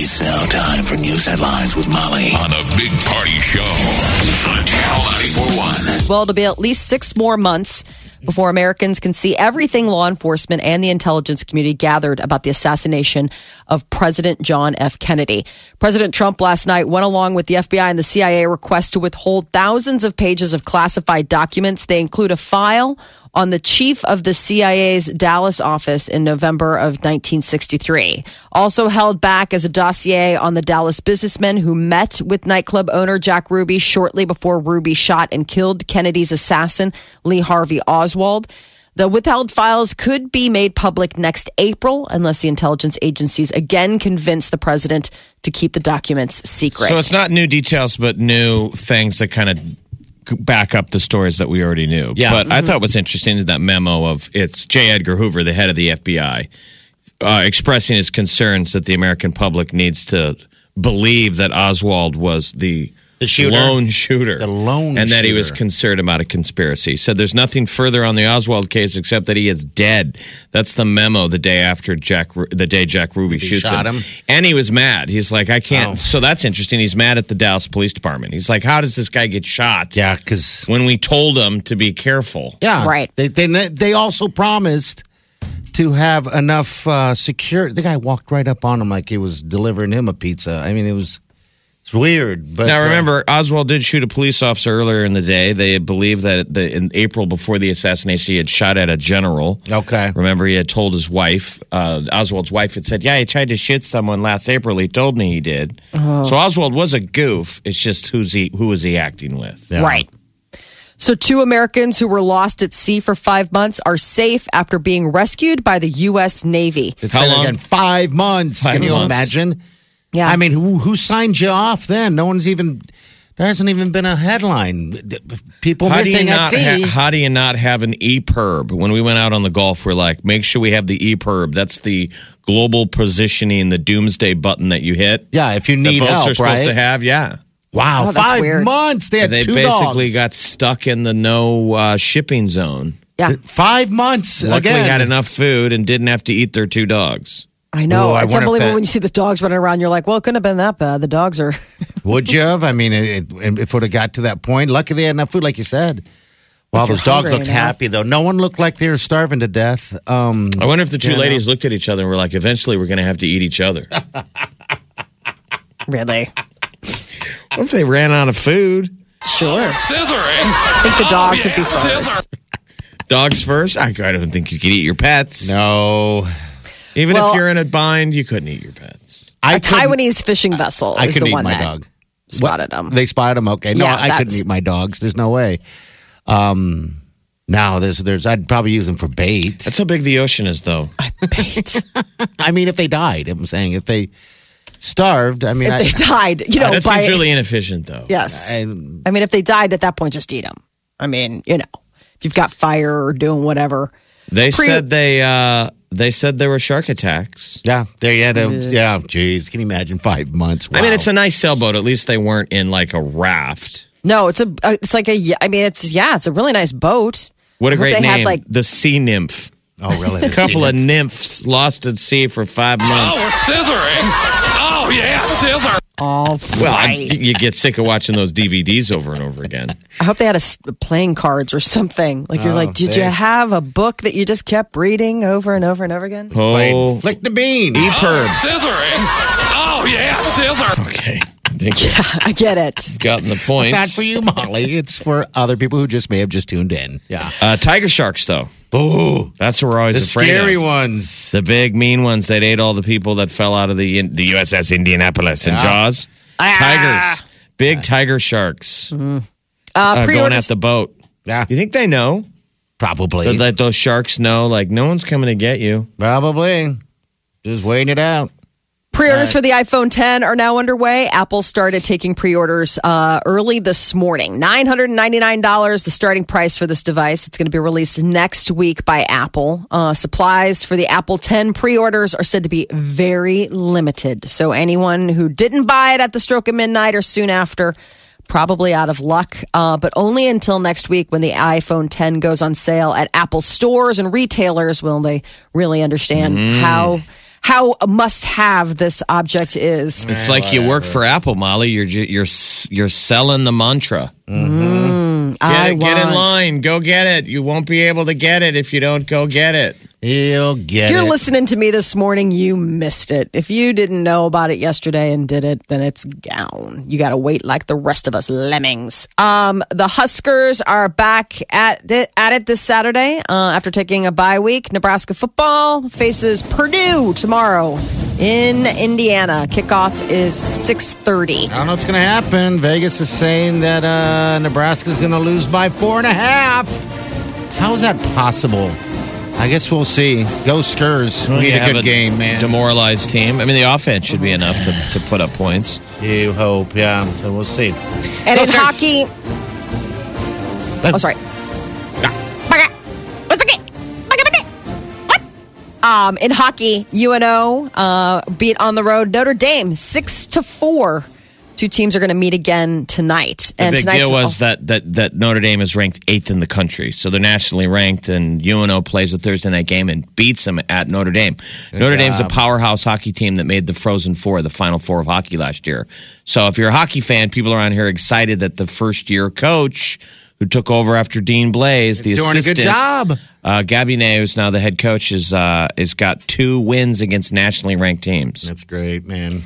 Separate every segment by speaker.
Speaker 1: It's now time for news headlines with Molly on the Big Party Show on Channel 941.
Speaker 2: Well, it'll be at least six more months before Americans can see everything law enforcement and the intelligence community gathered about the assassination of President John F. Kennedy. President Trump last night went along with the FBI and the CIA request to withhold thousands of pages of classified documents. They include a file on the chief of the CIA's Dallas office in November of 1963. Also held back is a dossier on the Dallas businessman who met with nightclub owner Jack Ruby shortly before Ruby shot and killed Kennedy's assassin, Lee Harvey Oswald. The withheld files could be made public next April unless the intelligence agencies again convince the president to keep the documents secret.
Speaker 3: So it's not new details, but new things that kind of back up the stories that we already knew.
Speaker 4: Yeah. Mm-hmm.
Speaker 3: But I thought what's interesting is that memo of it's J. Edgar Hoover, the head of the FBI, uh, expressing his concerns that the American public needs to believe that Oswald was the.
Speaker 4: The shooter.
Speaker 3: Lone shooter.
Speaker 4: The lone
Speaker 3: And that he was
Speaker 4: shooter.
Speaker 3: concerned about a conspiracy. He said there's nothing further on the Oswald case except that he is dead. That's the memo the day after Jack, Ru- the day Jack Ruby shoots
Speaker 4: shot him?
Speaker 3: and he was mad. He's like, I can't.
Speaker 4: Oh.
Speaker 3: So that's interesting. He's mad at the Dallas Police Department. He's like, how does this guy get shot?
Speaker 4: Yeah, because
Speaker 3: When we told him to be careful.
Speaker 4: yeah,
Speaker 2: Right.
Speaker 4: They they they also promised to have enough uh, secure. The guy walked right up on him like he was delivering him a pizza. I mean, it was it's weird. But
Speaker 3: Now
Speaker 4: uh,
Speaker 3: remember, Oswald did shoot a police officer earlier in the day. They believe that the, in April before the assassination, he had shot at a general.
Speaker 4: Okay.
Speaker 3: Remember, he had told his wife, uh, Oswald's wife, had said, "Yeah, he tried to shoot someone last April. He told me he did."
Speaker 4: Oh.
Speaker 3: So Oswald was a goof. It's just who's he? Who is he acting with?
Speaker 4: Yeah.
Speaker 2: Right. So, two Americans who were lost at sea for five months are safe after being rescued by the U.S. Navy.
Speaker 4: It's
Speaker 3: How
Speaker 4: How
Speaker 3: long?
Speaker 4: Again, five months.
Speaker 3: Five
Speaker 4: Can you
Speaker 3: months.
Speaker 4: imagine?
Speaker 2: Yeah.
Speaker 4: I mean, who who signed you off then? No one's even. There hasn't even been a headline. People
Speaker 3: How do, you
Speaker 4: missing at
Speaker 3: not
Speaker 4: sea.
Speaker 3: ha- how do you not have an EPIRB? When we went out on the golf, we're like, make sure we have the EPIRB. That's the global positioning, the doomsday button that you hit.
Speaker 4: yeah, if you
Speaker 3: the
Speaker 4: need
Speaker 3: boats
Speaker 4: help,
Speaker 3: are supposed
Speaker 4: right?
Speaker 3: to have. Yeah.
Speaker 4: wow,
Speaker 2: Oh,
Speaker 4: five
Speaker 2: that's weird.
Speaker 4: months. They had
Speaker 3: they
Speaker 4: two
Speaker 3: basically
Speaker 4: dogs.
Speaker 3: got stuck in the no uh, shipping zone.
Speaker 2: Yeah,
Speaker 4: five months.
Speaker 3: Luckily,
Speaker 4: again.
Speaker 3: had enough food and didn't have to eat their two dogs.
Speaker 2: I know.
Speaker 4: Ooh, I
Speaker 2: it's
Speaker 4: wonder if
Speaker 2: unbelievable
Speaker 4: that-
Speaker 2: when you see the dogs running around. You're like, well, it couldn't have been that bad. The dogs are.
Speaker 4: Would you have? I mean, it, it, if it would have got to that point, lucky they had enough food, like you said. Wow,
Speaker 2: If you're
Speaker 4: those dogs
Speaker 2: hungry
Speaker 4: looked
Speaker 2: enough.
Speaker 4: happy though. No one looked like they were starving to death. Um,
Speaker 3: I wonder if the two ladies looked at each other and were like, eventually we're going to have to eat each other. what
Speaker 2: Really?
Speaker 3: if they ran out of food?
Speaker 2: Sure.
Speaker 1: Scissoring!
Speaker 2: I think the dogs would be first.
Speaker 1: Scissor!
Speaker 3: Dogs first? I, I don't think you could eat your pets.
Speaker 4: no,
Speaker 3: Even
Speaker 2: Well-
Speaker 3: if you're in a bind, you couldn't eat your pets.
Speaker 4: I
Speaker 2: A
Speaker 4: couldn't-
Speaker 2: Taiwanese fishing vessel
Speaker 4: I
Speaker 2: is the
Speaker 4: couldn't eat
Speaker 2: one
Speaker 4: my
Speaker 2: that
Speaker 4: dog.
Speaker 2: spotted them.
Speaker 4: They spotted them. Okay, no,
Speaker 2: Yeah,
Speaker 4: I couldn't
Speaker 2: that's-
Speaker 4: eat my dogs. There's no way. Um, no, there's, there's. I'd probably use them for bait.
Speaker 3: That's how big the ocean is, though.
Speaker 2: Bait.
Speaker 4: I mean, if they died, I'm saying if they starved. I mean, I,
Speaker 2: they died. You know,
Speaker 3: that
Speaker 2: by
Speaker 3: seems really inefficient, though.
Speaker 2: yes.
Speaker 4: I,
Speaker 2: I mean, if they died at that point, just eat them. I mean, you know, if you've got fire or doing whatever.
Speaker 3: They
Speaker 2: Pre-
Speaker 3: said they uh, they said there were shark attacks.
Speaker 4: yeah, they had a.
Speaker 2: Mm-hmm.
Speaker 4: Yeah, jeez, can you imagine five months?
Speaker 3: I mean,
Speaker 4: Wow.
Speaker 3: it's a nice sailboat. At least they weren't in like a raft.
Speaker 2: No, it's a. uh, It's like a. I mean, it's yeah, it's a really nice boat.
Speaker 3: What a
Speaker 2: I hope
Speaker 3: great
Speaker 2: they
Speaker 3: name!
Speaker 2: Had like
Speaker 3: the sea nymph.
Speaker 4: oh really?
Speaker 3: A couple of nymphs lost at sea for five months.
Speaker 1: Oh, scissoring! Oh, yeah, scissor!
Speaker 2: all.
Speaker 3: Well, I-
Speaker 2: right.
Speaker 3: you get sick of watching those DVDs over and over again.
Speaker 2: I hope they had a s- playing cards or something. Like you're like, did you
Speaker 4: Oh, they-
Speaker 2: have a book that you just kept reading over and over and over again?
Speaker 3: Oh,
Speaker 4: flick the bean.
Speaker 3: E-perb.
Speaker 1: Scissoring! Oh, yeah, scissor!
Speaker 3: Okay, I think you've
Speaker 2: I get it.
Speaker 3: gotten the
Speaker 4: It's not
Speaker 3: points.
Speaker 4: for you, Molly. It's for other people who just may have just tuned in. Yeah.
Speaker 3: Uh, tiger sharks, though.
Speaker 4: Ooh.
Speaker 3: That's what we're always
Speaker 4: The
Speaker 3: afraid
Speaker 4: scary
Speaker 3: of.
Speaker 4: ones.
Speaker 3: The big mean ones that ate all the people that fell out of the the USS Indianapolis and Jaws.
Speaker 4: Ah.
Speaker 3: Tigers, big tiger sharks
Speaker 2: Uh,
Speaker 3: uh, going at
Speaker 2: pre-orders.
Speaker 3: the boat.
Speaker 4: Yeah.
Speaker 3: You think they know
Speaker 4: Probably.
Speaker 3: that, that those sharks know? Like no one's coming to get you.
Speaker 4: Probably. Just waiting it out.
Speaker 2: Pre-orders for the iPhone 10 are now underway. Apple started taking pre-orders uh, early this morning. Nine hundred ninety-nine dollars, the starting price for this device. It's going to be released next week by Apple. Uh, supplies for the Apple 10 pre-orders are said to be very limited. So anyone who didn't buy it at the stroke of midnight or soon after, probably out of luck. Uh, but only until next week, when the iPhone 10 goes on sale at Apple stores and retailers, will they really understand
Speaker 3: Mm.
Speaker 2: how how must have this object is.
Speaker 3: It's like you work for Apple, Molly. You're ju- you're s- you're selling the mantra.
Speaker 4: Mm.
Speaker 3: Get,
Speaker 2: I
Speaker 3: it, get in
Speaker 2: want-
Speaker 3: line. Go get it. You won't be able to get it if you don't go get it.
Speaker 4: You'll get
Speaker 2: If you're
Speaker 4: it.
Speaker 2: listening to me this morning, you missed it. If you didn't know about it yesterday and did it, then it's down. You got to wait like the rest of us lemmings. Um, the Huskers are back at the, at it this Saturday uh, after taking a bye week. Nebraska football faces Purdue tomorrow in Indiana. Kickoff is six thirty.
Speaker 4: I don't know what's going to happen. Vegas is saying that uh, Nebraska's going to lose by four and a half. How is that possible? I guess we'll see. Go Skurs. we
Speaker 3: You
Speaker 4: need a
Speaker 3: have
Speaker 4: good game, man.
Speaker 3: Demoralized team. I mean, the offense should be enough to, to put up points.
Speaker 4: you hope, yeah. So we'll see.
Speaker 2: And
Speaker 4: Go
Speaker 2: in
Speaker 4: Skurs.
Speaker 2: hockey, Oh, sorry. What's okay? What? Um, in hockey, UNO uh, beat on the road Notre Dame six to four. Two teams are going to meet again tonight.
Speaker 3: The big
Speaker 2: tonight's
Speaker 3: deal was
Speaker 2: also-
Speaker 3: that, that that Notre Dame is ranked eighth in the country, so they're nationally ranked. And UNO plays a Thursday night game and beats them at Notre Dame. Notre Dame's a
Speaker 4: job.
Speaker 3: powerhouse hockey team that made the Frozen Four, the Final Four of hockey last year. So if you're a hockey fan, people around here are excited that the first year coach who took over after Dean Blaze, the
Speaker 4: Doing a
Speaker 3: assistant,
Speaker 4: good job.
Speaker 3: Uh, Gabby Ney, who's now the head coach, is uh, has got two wins against nationally ranked teams.
Speaker 4: That's great, man.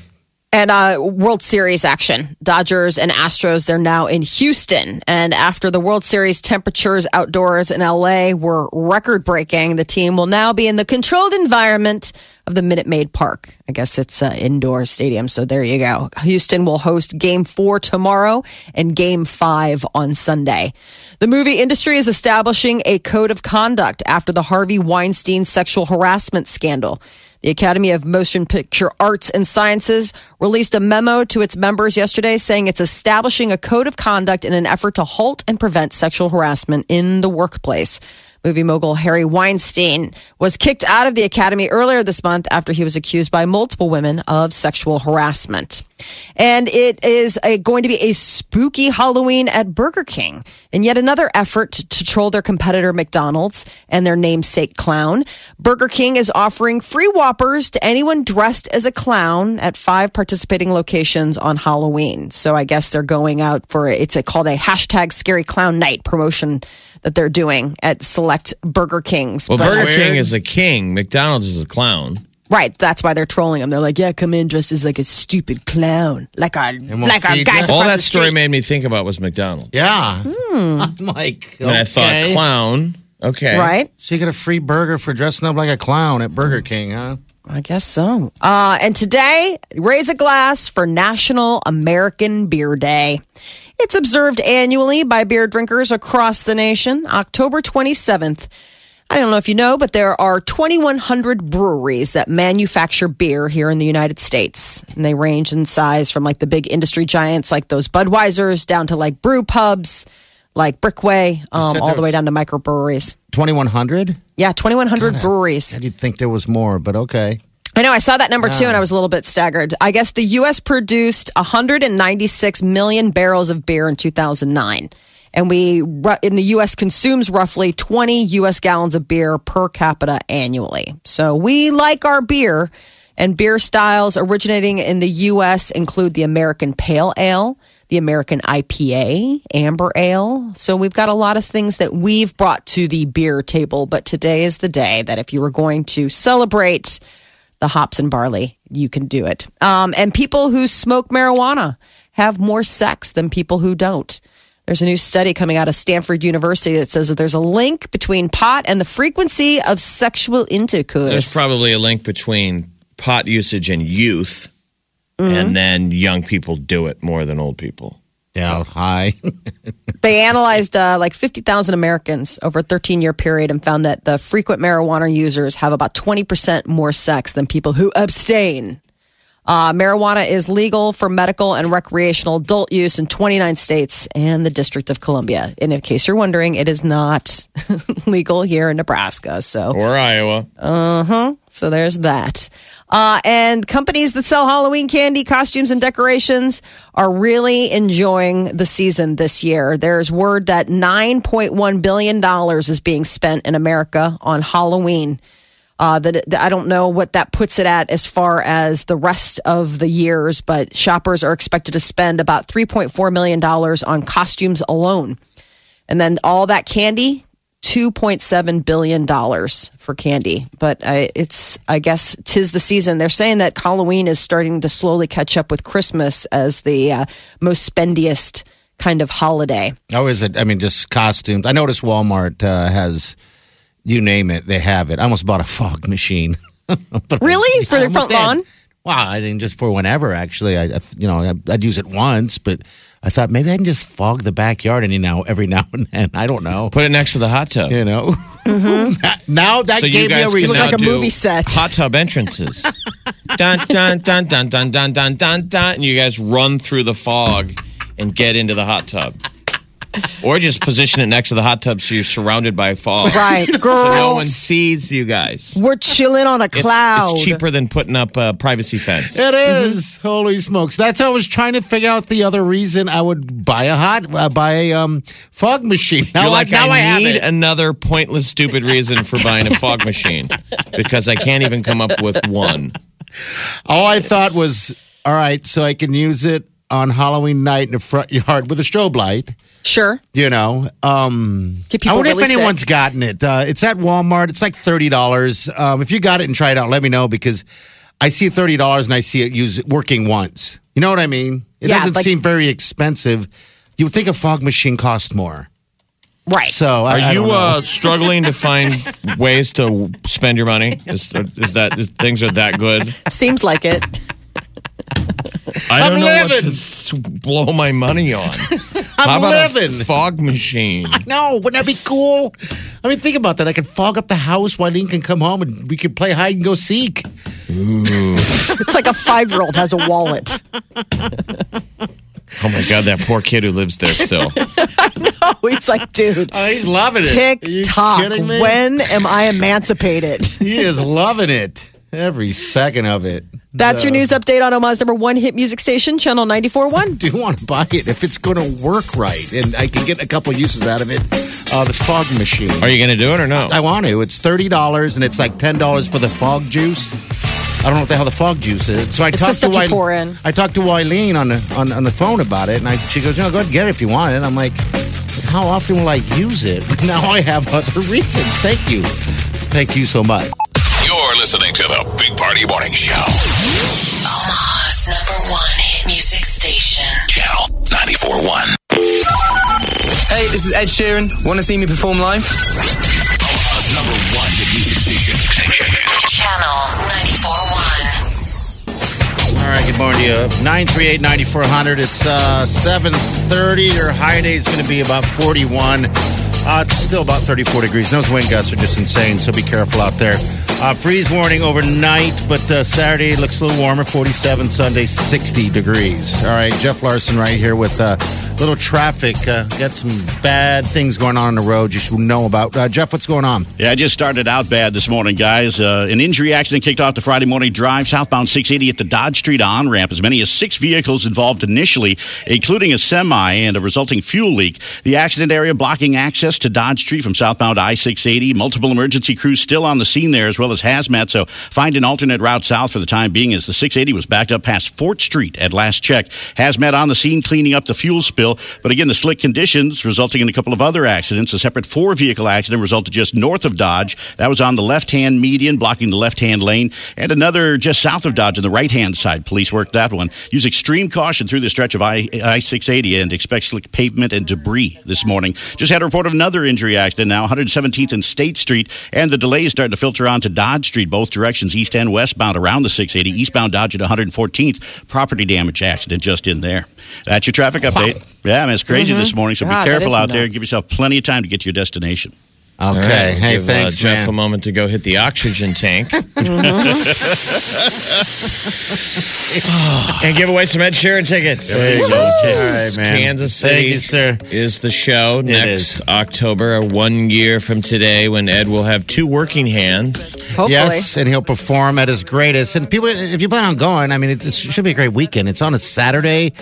Speaker 2: and uh, World Series action. Dodgers and Astros. They're now in Houston, and after the World Series, temperatures outdoors in LA were record breaking. The team will now be in the controlled environment of the Minute Maid Park. I guess it's an indoor stadium, so there you go. Houston will host Game Four tomorrow and Game Five on Sunday. The movie industry is establishing a code of conduct after the Harvey Weinstein sexual harassment scandal. The Academy of Motion Picture Arts and Sciences released a memo to its members yesterday saying it's establishing a code of conduct in an effort to halt and prevent sexual harassment in the workplace. Movie mogul Harry Weinstein was kicked out of the Academy earlier this month after he was accused by multiple women of sexual harassment. And it is a, going to be a spooky Halloween at Burger King in yet another effort to troll their competitor McDonald's and their namesake clown. Burger King is offering free Whoppers to anyone dressed as a clown at five participating locations on Halloween. So I guess they're going out for it's a, called a hashtag Scary Clown Night promotion that they're doing at select Burger Kings.
Speaker 3: Well,
Speaker 2: But-
Speaker 3: Burger
Speaker 4: Weird.
Speaker 3: King is a king. McDonald's is a clown.
Speaker 2: Right, that's why they're trolling them. They're like, "Yeah, come in dressed as like a stupid clown, like our
Speaker 4: won't
Speaker 2: like our
Speaker 4: feed
Speaker 2: guys."
Speaker 4: you.
Speaker 3: All
Speaker 2: across
Speaker 3: that
Speaker 2: the
Speaker 3: story
Speaker 2: street.
Speaker 3: made me think about was McDonald's.
Speaker 4: Yeah. I'm like, okay.
Speaker 3: And I thought clown. Okay.
Speaker 2: right?
Speaker 4: So you get a free burger for dressing up like a clown at Burger King, huh?
Speaker 2: I guess so. Uh, and today, raise a glass for National American Beer Day. It's observed annually by beer drinkers across the nation, October 27th. I don't know if you know, but there are 2,100 breweries that manufacture beer here in the United States. And they range in size from like the big industry giants like those Budweiser's down to like brew pubs like Brickway, um,
Speaker 4: said
Speaker 2: all
Speaker 4: there
Speaker 2: the way
Speaker 4: was-
Speaker 2: down to microbreweries.
Speaker 4: 2100?
Speaker 2: Yeah, 2,100 breweries.
Speaker 4: I didn't think there was more, but okay.
Speaker 2: I know. I saw that number two and I was a little bit staggered. I guess the U.S. produced 196 million barrels of beer in 2009. And we, ru- in the U.S., consumes roughly 20 U.S. gallons of beer per capita annually. So we like our beer. And beer styles originating in the U.S. include the American Pale Ale, the American IPA, Amber Ale. So we've got a lot of things that we've brought to the beer table. But today is the day that if you were going to celebrate the hops and barley, you can do it. Um, and people who smoke marijuana have more sex than people who don't. There's a new study coming out of Stanford University that says that there's a link between pot and the frequency of sexual
Speaker 3: There's
Speaker 2: intercourse.
Speaker 3: probably a link between pot usage and youth,
Speaker 2: Mm-hmm.
Speaker 3: and then young people do it more than old people.
Speaker 4: Yeah, hi.
Speaker 2: they analyzed uh, like 50,000 Americans over a 13 year period and found that the frequent marijuana users have about 20% more sex than people who abstain. Uh, marijuana is legal for medical and recreational adult use in 29 states and the District of Columbia. And in case you're wondering, it is not legal here in Nebraska. So,
Speaker 3: or Iowa.
Speaker 2: so there's that. Uh, and companies that sell Halloween candy, costumes, and decorations are really enjoying the season this year. There's word that $9.1 billion is being spent in America on Halloween. Uh, that that- I don't know what that puts it at as far as the rest of the years, but shoppers are expected to spend about $3.4 million on costumes alone. And then all that candy, $2.7 billion for candy. But I, it's, I guess, tis the season. They're saying that Halloween is starting to slowly catch up with Christmas as the uh, most spendiest kind of holiday.
Speaker 4: Oh, is it? I mean, just costumes. I noticed Walmart uh, has, you name it, they have it. I almost bought a fog machine. But-
Speaker 2: Really? For
Speaker 4: I
Speaker 2: their
Speaker 4: almost
Speaker 2: front lawn?
Speaker 4: did. Wow, I didn't just for whenever. Actually, I, I you know I, I'd use it once, but I thought maybe I can just fog the backyard any now every now and then. I don't know.
Speaker 3: Put it next to the hot tub.
Speaker 4: You know, now that
Speaker 3: So you
Speaker 4: gave me a
Speaker 3: guys can
Speaker 4: reason.
Speaker 3: now
Speaker 2: like a
Speaker 3: do
Speaker 2: movie set.
Speaker 3: hot tub entrances. dun, dun, dun, dun, dun, dun, dun, dun, dun. And you guys run through the fog and get into the hot tub. Or just position it next to the hot tub so you're surrounded by fog.
Speaker 2: Right,
Speaker 3: So no one
Speaker 2: girls.
Speaker 3: sees you guys.
Speaker 2: we're chilling on a
Speaker 3: It's,
Speaker 2: cloud.
Speaker 3: it's cheaper than putting up a privacy fence.
Speaker 4: It is. Holy smokes! That's how I was trying to figure out the other reason I would buy a hot uh, buy a um, fog machine. Now,
Speaker 3: You're like,
Speaker 4: I, now I,
Speaker 3: I
Speaker 4: have
Speaker 3: need
Speaker 4: it.
Speaker 3: another pointless, stupid reason for buying a fog machine because I can't even come up with one.
Speaker 4: All I thought was, all right, so I can use it on Halloween night in the front yard with a strobe light.
Speaker 2: Sure.
Speaker 4: You know, um,
Speaker 2: Get
Speaker 4: I
Speaker 2: people
Speaker 4: wonder
Speaker 2: really
Speaker 4: if
Speaker 2: sick.
Speaker 4: anyone's gotten it. Uh, it's at Walmart. It's like thirty dollars. Um, if you got it and try it out, let me know because I see thirty dollars and I see it use working once. You know what I mean? It
Speaker 2: Yeah,
Speaker 4: doesn't
Speaker 2: like-
Speaker 4: seem very expensive. You would think a fog machine cost more.
Speaker 2: Right.
Speaker 4: So I,
Speaker 3: Are
Speaker 4: I
Speaker 3: you
Speaker 4: don't know.
Speaker 3: uh, struggling to find ways to spend your money? Is, is that is, things are that good?
Speaker 2: Seems like it.
Speaker 3: I
Speaker 4: I'm
Speaker 3: don't know what
Speaker 4: living.
Speaker 3: to s- blow my money on. How
Speaker 4: I'm
Speaker 3: about a
Speaker 4: living.
Speaker 3: fog machine?
Speaker 4: No, wouldn't that be cool? I mean, think about that. I could fog up the house while Link can come home and we could play hide and go seek.
Speaker 2: It's like a five year old has a wallet.
Speaker 3: Oh my god, that poor kid who lives there still.
Speaker 2: He's like, dude,
Speaker 4: Oh, he's loving it. Are you
Speaker 2: tick tock.
Speaker 4: kidding me?
Speaker 2: When am I emancipated?
Speaker 4: he is loving it. Every second of it.
Speaker 2: That's your news update on Omaha's number one hit music station, Channel 94.1.
Speaker 4: Do want to buy it if it's going to work right and I can get a couple uses out of it. Uh, the fog machine.
Speaker 3: Are you going to do it or no?
Speaker 4: I want to. It's thirty dollars and it's like ten dollars for the fog juice. I don't know what the hell the fog juice is. So I talked
Speaker 2: the
Speaker 4: to
Speaker 2: stuff you
Speaker 4: Wyl-
Speaker 2: pour in.
Speaker 4: I talked to Wyleen on the on, on the phone about it, and I, she goes, "You know, go ahead and get it if you want it." And I'm like, "How often will I use it?" Now I have other reasons. Thank you, thank you so much.
Speaker 1: You're listening to the Big Party Morning Show.
Speaker 5: Omaha's number one hit music station.
Speaker 1: Channel 94.1.
Speaker 6: Hey, this is Ed Sheeran. Want to see me perform live?
Speaker 1: Omaha's number one hit music station.
Speaker 5: Channel 941.
Speaker 4: All right, good morning to you. 938-9400. It's uh, 7.30. Your high day is going to be about 41. Uh, it's still about 34 degrees. Those wind gusts are just insane, so be careful out there. Uh, freeze warning overnight, but uh, Saturday looks a little warmer, 47. Sunday, 60 degrees. All right, Jeff Larson right here with a uh, little traffic. Uh, got some bad things going on on the road you should know about. Uh, Jeff, what's going on?
Speaker 7: Yeah, it just started out bad this morning, guys. Uh, an injury accident kicked off the Friday morning drive southbound 680 at the Dodge Street on ramp. As many as six vehicles involved initially, including a semi and a resulting fuel leak. The accident area blocking access to Dodge Street from southbound I 680. Multiple emergency crews still on the scene there, as well as hazmat. So find an alternate route south for the time being, as the 680 was backed up past Fort Street at last check. Hazmat on the scene cleaning up the fuel spill. But again, the slick conditions resulting in a couple of other accidents. A separate four vehicle accident resulted just north of Dodge. That was on the left hand median, blocking the left hand lane. And another just south of Dodge on the right hand side. Police worked that one. Use extreme caution through the stretch of I 680 and expect slick pavement and debris this morning. Just had a report of another injury accident now, 117th and State Street. And the delays starting to filter onto Dodge Street, both directions, east and westbound around the 680. Eastbound Dodge at 114th. Property damage accident just in there. That's your traffic update. Yeah, man, it's crazy this morning, so
Speaker 2: God,
Speaker 7: be
Speaker 2: Mm-hmm. that
Speaker 7: careful
Speaker 2: is
Speaker 7: out there.
Speaker 2: nuts.
Speaker 7: Give yourself plenty of time to get to your destination.
Speaker 4: Okay.
Speaker 3: All right,
Speaker 4: hey,
Speaker 3: give, uh,
Speaker 4: thanks,
Speaker 3: Jeff.
Speaker 4: man.
Speaker 3: A moment to go hit the oxygen tank Mm-hmm. and give away some Ed Sheeran tickets.
Speaker 4: There you go. All right, man.
Speaker 3: Kansas
Speaker 4: Thank
Speaker 3: City
Speaker 4: you, sir.
Speaker 3: is the show next
Speaker 4: is.
Speaker 3: October, one year from today, when Ed will have two working hands.
Speaker 2: Hopefully.
Speaker 4: Yes, and he'll perform at his greatest. And people, if you plan on going, I mean, it, it should be a great weekend. It's on a Saturday.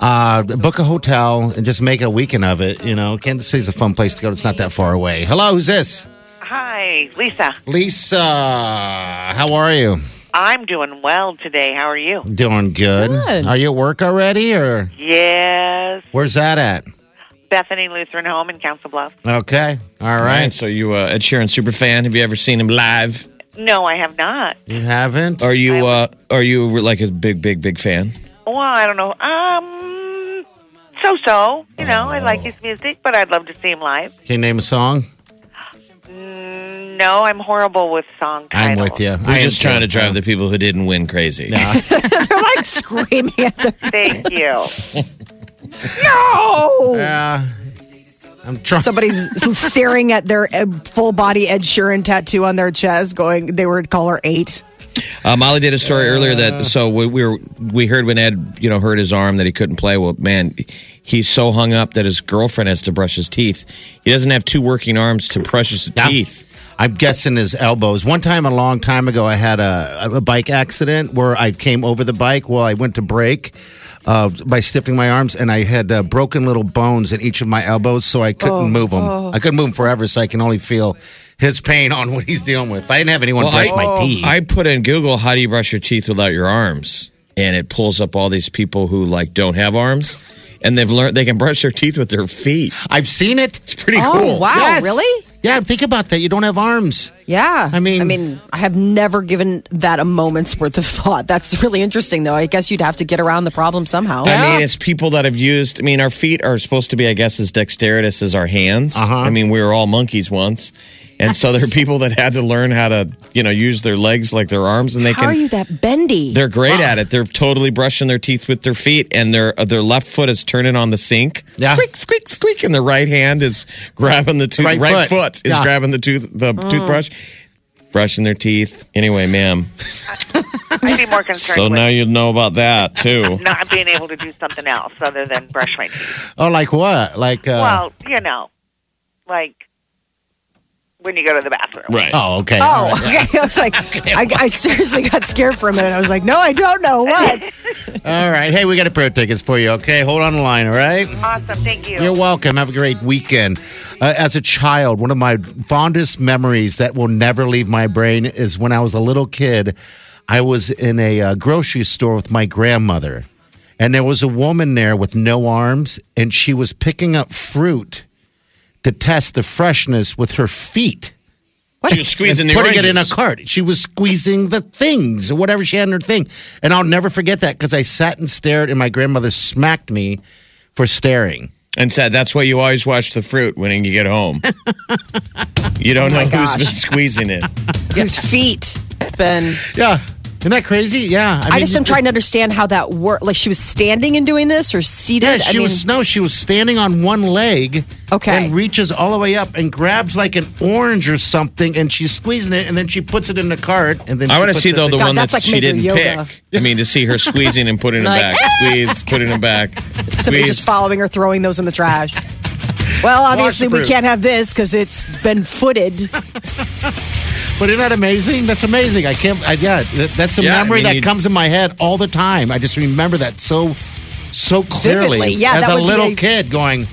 Speaker 4: Uh, book a hotel and just make a weekend of it. You know, Kansas City's a fun place to go. It's not that far away. Hello, who's this?
Speaker 8: Hi, Lisa.
Speaker 4: Lisa. How are you?
Speaker 8: I'm doing well today. How are you?
Speaker 4: Doing good.
Speaker 2: Good.
Speaker 4: Are you at work already, or
Speaker 8: Yes.
Speaker 4: where's that at?
Speaker 8: Bethany Lutheran Home in Council Bluffs.
Speaker 4: Okay. All
Speaker 3: All
Speaker 4: right.
Speaker 3: right, so you uh, Ed Sheeran super fan? Have you ever seen him live?
Speaker 8: No, I have not.
Speaker 4: You haven't?
Speaker 3: Are you
Speaker 8: I-
Speaker 3: uh, are you like a big big big fan?
Speaker 8: Well, I don't know. Um, so so. You know, I like his music, but I'd love to see him live.
Speaker 4: Can you name a song?
Speaker 8: Mm, No, I'm horrible with song
Speaker 4: I'm
Speaker 8: titles.
Speaker 4: with you.
Speaker 3: We're
Speaker 4: I am
Speaker 3: just trying to
Speaker 4: too.
Speaker 3: drive the people who didn't win crazy.
Speaker 2: They're like screaming at the
Speaker 8: Thank you.
Speaker 2: no.
Speaker 4: Yeah. I'm trying.
Speaker 2: Somebody's staring at their uh, full body Ed Sheeran tattoo on their chest, going, "They were at caller eight.
Speaker 3: Uh, Molly did a story earlier that so we, we were we heard when Ed you know hurt his arm that he couldn't play. Well, man, he's so hung up that his girlfriend has to brush his teeth. He doesn't have two working arms to brush his
Speaker 4: Yeah.
Speaker 3: teeth.
Speaker 4: I'm guessing his elbows. One time, a long time ago, I had a, a bike accident where I came over the bike while I went to brake uh, by stiffing my arms, and I had uh, broken little bones in each of my elbows, so I
Speaker 2: Oh,
Speaker 4: couldn't move them. I couldn't move them forever, so I can only feel his pain on what he's dealing with. I didn't have anyone
Speaker 3: Well,
Speaker 4: brush
Speaker 3: I-
Speaker 2: Oh.
Speaker 4: my teeth.
Speaker 3: I put in Google how do you brush your teeth without your arms, and it pulls up all these people who like don't have arms, and they've learned they can brush their teeth with their feet.
Speaker 4: I've seen it.
Speaker 3: It's pretty cool.
Speaker 2: wow!
Speaker 4: Yes.
Speaker 2: Really?
Speaker 4: Yeah, think about that. You don't have arms.
Speaker 2: Yeah.
Speaker 4: I mean-
Speaker 2: I mean, I have never given that a moment's worth of thought. That's really interesting, though. I guess you'd have to get around the problem somehow.
Speaker 3: I mean, it's people that have used. I mean, our feet are supposed to be, I guess, as dexterous as our hands.
Speaker 4: Uh-huh.
Speaker 3: I mean, we were all monkeys once, and so there are people that had to learn how to, you know, use their legs like their arms, and they
Speaker 2: How are
Speaker 3: can.
Speaker 2: you that bendy?
Speaker 3: they're great at it. They're totally brushing their teeth with their feet, and their uh, their left foot is turning on the sink.
Speaker 4: Yeah.
Speaker 3: Squeak, squeak, squeak, and their right hand is grabbing the tooth.
Speaker 4: Right
Speaker 3: Right, foot.
Speaker 4: foot.
Speaker 3: is
Speaker 4: Yeah. Mm.
Speaker 3: grabbing the tooth, the toothbrush, brushing their teeth. Anyway, ma'am.
Speaker 8: I'd be more concerned
Speaker 3: So
Speaker 8: with
Speaker 3: now you know about that too.
Speaker 8: not being able to do something else other than brush my teeth.
Speaker 4: Oh, like what? Like uh,
Speaker 8: Well, you know, like when you go to the bathroom.
Speaker 3: Right.
Speaker 4: oh, okay. all
Speaker 2: Oh,
Speaker 4: right.
Speaker 2: okay. I was like, I, I seriously got scared for a minute. I was like, no, I don't know what.
Speaker 4: All right. Hey, we got a pair of tickets for you. Okay, hold on the line. All right.
Speaker 8: Awesome. Thank you.
Speaker 4: You're welcome. Have a great weekend. Uh, as a child, one of my fondest memories that will never leave my brain is when I was a little kid. I was in a uh, grocery store with my grandmother, and there was a woman there with no arms, and she was picking up fruit to test the freshness with her feet.
Speaker 3: She was squeezing the
Speaker 4: putting it in a
Speaker 3: oranges.
Speaker 4: cart. She was squeezing the things or whatever she had in her thing. And I'll never forget that because I sat and stared, and my grandmother smacked me for staring.
Speaker 3: and said, "That's why you always wash the fruit when you get home. you
Speaker 4: Oh
Speaker 3: don't know who's been squeezing it."
Speaker 2: Whose feet, Ben?
Speaker 4: Yeah. Isn't that crazy? Yeah.
Speaker 2: I
Speaker 4: mean,
Speaker 2: just am
Speaker 4: you-
Speaker 2: trying to understand how that worked. Like she was standing and doing this, or seated.
Speaker 4: Yeah, she
Speaker 2: I mean,
Speaker 4: was no, she was standing on one leg.
Speaker 2: Okay.
Speaker 4: And reaches all the way up and grabs like an orange or something, and she's squeezing it, and then she puts it in the cart, and then
Speaker 3: I
Speaker 4: she
Speaker 3: want to
Speaker 4: puts
Speaker 3: see
Speaker 4: it
Speaker 3: though the
Speaker 2: God,
Speaker 3: one that
Speaker 2: that's like
Speaker 3: she
Speaker 2: major
Speaker 3: didn't
Speaker 2: yoga.
Speaker 3: pick. I mean, to see her squeezing and putting it
Speaker 2: Like-
Speaker 3: back, squeeze, putting it back,
Speaker 2: somebody
Speaker 3: squeeze.
Speaker 2: just following her, throwing those in the trash. Well, obviously we
Speaker 4: fruit.
Speaker 2: can't have this because it's been footed.
Speaker 4: But isn't that amazing? That's amazing. I can't. I, yeah, that, that's a
Speaker 3: Yeah, I
Speaker 4: memory
Speaker 3: mean,
Speaker 4: that
Speaker 3: you-
Speaker 4: comes in my head all the time. I just remember that so, so clearly
Speaker 2: Vividly, yeah,
Speaker 4: as
Speaker 2: that
Speaker 4: a
Speaker 2: would be
Speaker 4: little
Speaker 2: a-
Speaker 4: kid going.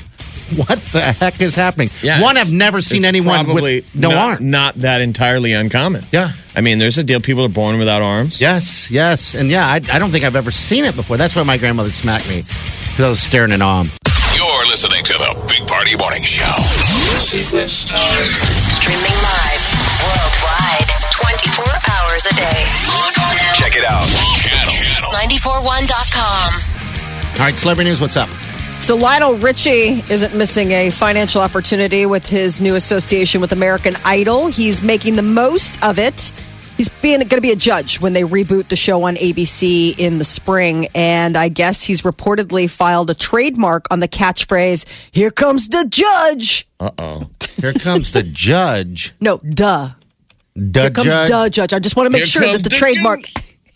Speaker 4: What the heck is happening?
Speaker 3: Yeah,
Speaker 4: One,
Speaker 3: it's-
Speaker 4: I've never seen
Speaker 3: it's
Speaker 4: anyone
Speaker 3: probably
Speaker 4: with no
Speaker 3: not,
Speaker 4: arm.
Speaker 3: Not that entirely uncommon.
Speaker 4: Yeah.
Speaker 3: I mean, there's a deal. People are born without arms.
Speaker 4: Yes, yes. And yeah, I, I don't think I've ever seen it before. That's why my grandmother smacked me because I was staring in awe.
Speaker 1: You're listening to the Big Party Morning Show.
Speaker 5: Streaming live worldwide 24 hours a day. Log on now.
Speaker 1: Check it out. Channel. Channel.
Speaker 5: 941.com.
Speaker 4: All right, celebrity news, what's up?
Speaker 2: So Lionel Richie isn't missing a financial opportunity with his new association with American Idol. He's making the most of it. he's being going to be a judge when they reboot the show on ABC in the spring, and I guess he's reportedly filed a trademark on the catchphrase "Here comes the judge."
Speaker 4: Here comes the judge.
Speaker 2: No, duh.
Speaker 4: The
Speaker 2: Here comes
Speaker 4: judge.
Speaker 2: duh judge. I just want to make
Speaker 3: Here
Speaker 2: sure that
Speaker 3: comes
Speaker 2: the
Speaker 3: the
Speaker 2: trademark.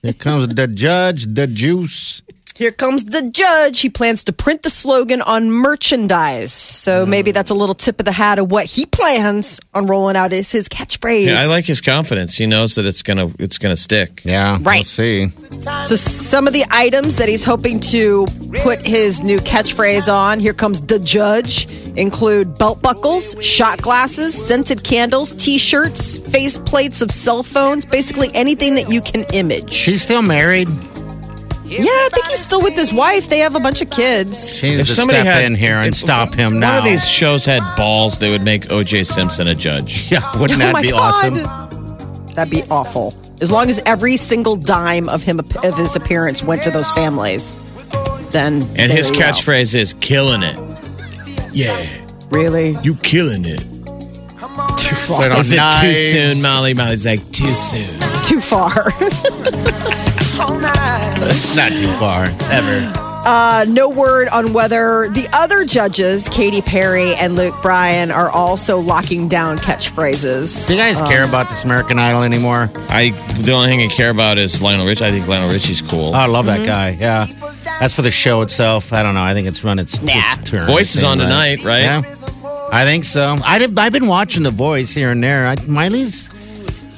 Speaker 4: Here comes the judge. The juice.
Speaker 2: Here comes the judge. He plans to print the slogan on merchandise.
Speaker 3: Mm.
Speaker 2: So maybe that's a little tip of the hat of what he plans on rolling out as his catchphrase.
Speaker 3: Yeah, I like his confidence. He knows that it's gonna it's gonna stick.
Speaker 4: Yeah. We'll
Speaker 2: Right.
Speaker 4: see.
Speaker 2: So some of the items that he's hoping to put his new catchphrase on, here comes the judge, include belt buckles, shot glasses, scented candles, t-shirts, face plates of cell phones, basically anything that you can image.
Speaker 4: She's still married.
Speaker 2: Yeah, I think he's still with his wife. They have a bunch of kids.
Speaker 4: She needs to step in here and
Speaker 3: if
Speaker 4: stop him
Speaker 3: one
Speaker 4: now.
Speaker 3: of these shows had balls, they would make O.J. Simpson a judge.
Speaker 4: yeah, wouldn't
Speaker 2: oh
Speaker 4: that
Speaker 2: my
Speaker 4: be
Speaker 2: god.
Speaker 4: awesome?
Speaker 2: That'd be awful. As long as every single dime of him of his appearance went to those families, then
Speaker 3: And
Speaker 2: there
Speaker 3: his
Speaker 2: you go.
Speaker 3: catchphrase is "killing it." Yeah,
Speaker 2: really
Speaker 3: you killing it.
Speaker 2: too far.
Speaker 4: But on
Speaker 3: Is it too
Speaker 4: knives.
Speaker 3: soon, Molly? Molly's like too soon.
Speaker 2: Too far.
Speaker 4: Not too far. Ever.
Speaker 2: no word on whether the other judges, Katy Perry and Luke Bryan, are also locking down catchphrases.
Speaker 4: Do you
Speaker 3: Uh.
Speaker 4: guys care about this American Idol anymore?
Speaker 3: I the only thing I care about is Lionel Rich. I think Lionel Richie's cool.
Speaker 4: Oh, I love
Speaker 3: Mm-hmm.
Speaker 4: that guy. Yeah. That's for the show itself. I don't know. I think it's run its, its turn.
Speaker 3: Voice is on
Speaker 4: But-
Speaker 3: tonight, right?
Speaker 4: Yeah. I think so. I did, I've been watching The Voice here and there. I, Miley's.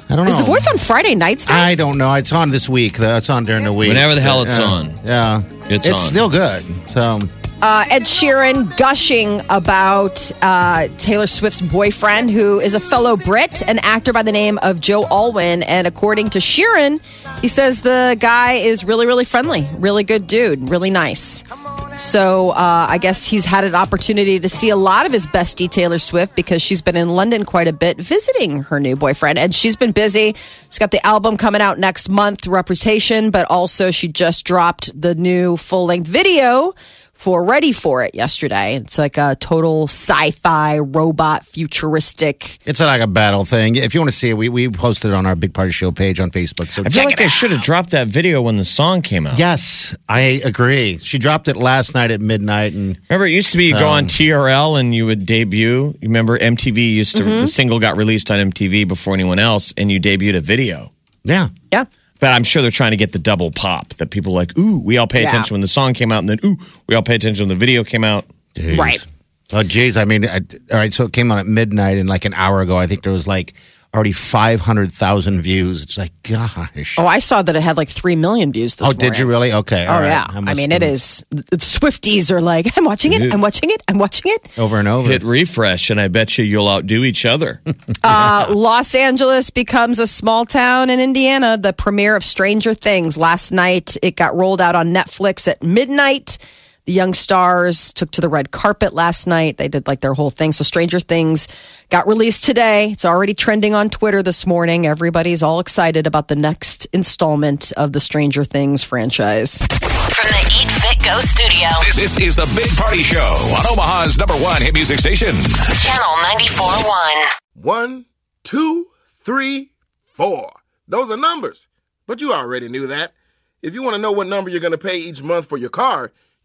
Speaker 4: I don't
Speaker 2: Is
Speaker 4: know.
Speaker 2: the voice on Friday nights? now?
Speaker 4: I don't know. It's on this week. though. It's on during the week.
Speaker 3: Whenever the hell it's
Speaker 4: Yeah.
Speaker 3: on.
Speaker 4: Yeah.
Speaker 3: It's on.
Speaker 4: still good. So
Speaker 2: Uh, Ed Sheeran gushing about uh, Taylor Swift's boyfriend, who is a fellow Brit, an actor by the name of Joe Alwyn. And according to Sheeran, he says the guy is really, really friendly, really good dude, really nice. So uh, I guess he's had an opportunity to see a lot of his bestie, Taylor Swift, because she's been in London quite a bit visiting her new boyfriend. And she's been busy. She's got the album coming out next month, Reputation, but also she just dropped the new full length video for Ready for It yesterday. It's like a total sci fi, robot, futuristic.
Speaker 4: it's like a battle thing. If you want to see it, we, we posted it on our Big Party Show page on Facebook. So
Speaker 3: I feel like they should have dropped that video when the song came out.
Speaker 4: Yes, I agree. She dropped it last night at midnight, and
Speaker 3: Remember, it used to be you go on TRL and you would debut. You remember MTV used to the single got released on MTV before anyone else, and you debuted a video.
Speaker 4: yeah,
Speaker 2: Yeah.
Speaker 3: But I'm sure they're trying to get the double pop that people are like. Ooh, we all pay
Speaker 2: Yeah.
Speaker 3: attention when the song came out, and then ooh, we all pay attention when the video came out.
Speaker 4: Jeez.
Speaker 2: Right.
Speaker 4: Oh, geez. I mean, I, all right. So it came out at midnight, and like an hour ago, I think there was like already five hundred thousand views. It's like, gosh.
Speaker 2: Oh, I saw that it had like 3 million views this
Speaker 4: Oh,
Speaker 2: morning.
Speaker 4: did you really? Okay.
Speaker 2: Oh
Speaker 4: all right.
Speaker 2: yeah, I,
Speaker 4: must
Speaker 2: mean
Speaker 4: have
Speaker 2: it
Speaker 4: been
Speaker 2: is. The Swifties are like, I'm watching it, I'm watching it, I'm watching it.
Speaker 4: over and over.
Speaker 3: Hit refresh, and I bet you you'll outdo each other.
Speaker 2: Uh, Los Angeles becomes a small town in Indiana. The premiere of Stranger Things last night. It got rolled out on Netflix at midnight. The young stars took to the red carpet last night. They did like their whole thing. So Stranger Things got released today. It's already trending on Twitter this morning. Everybody's all excited about the next installment of the Stranger Things franchise.
Speaker 5: From the Eat Fit Go studio,
Speaker 1: This, this is the Big Party Show on Omaha's number one hit music station.
Speaker 5: Channel 94.1.
Speaker 9: One, two, three, four. Those are numbers. But you already knew that. If you want to know what number you're going to pay each month for your car,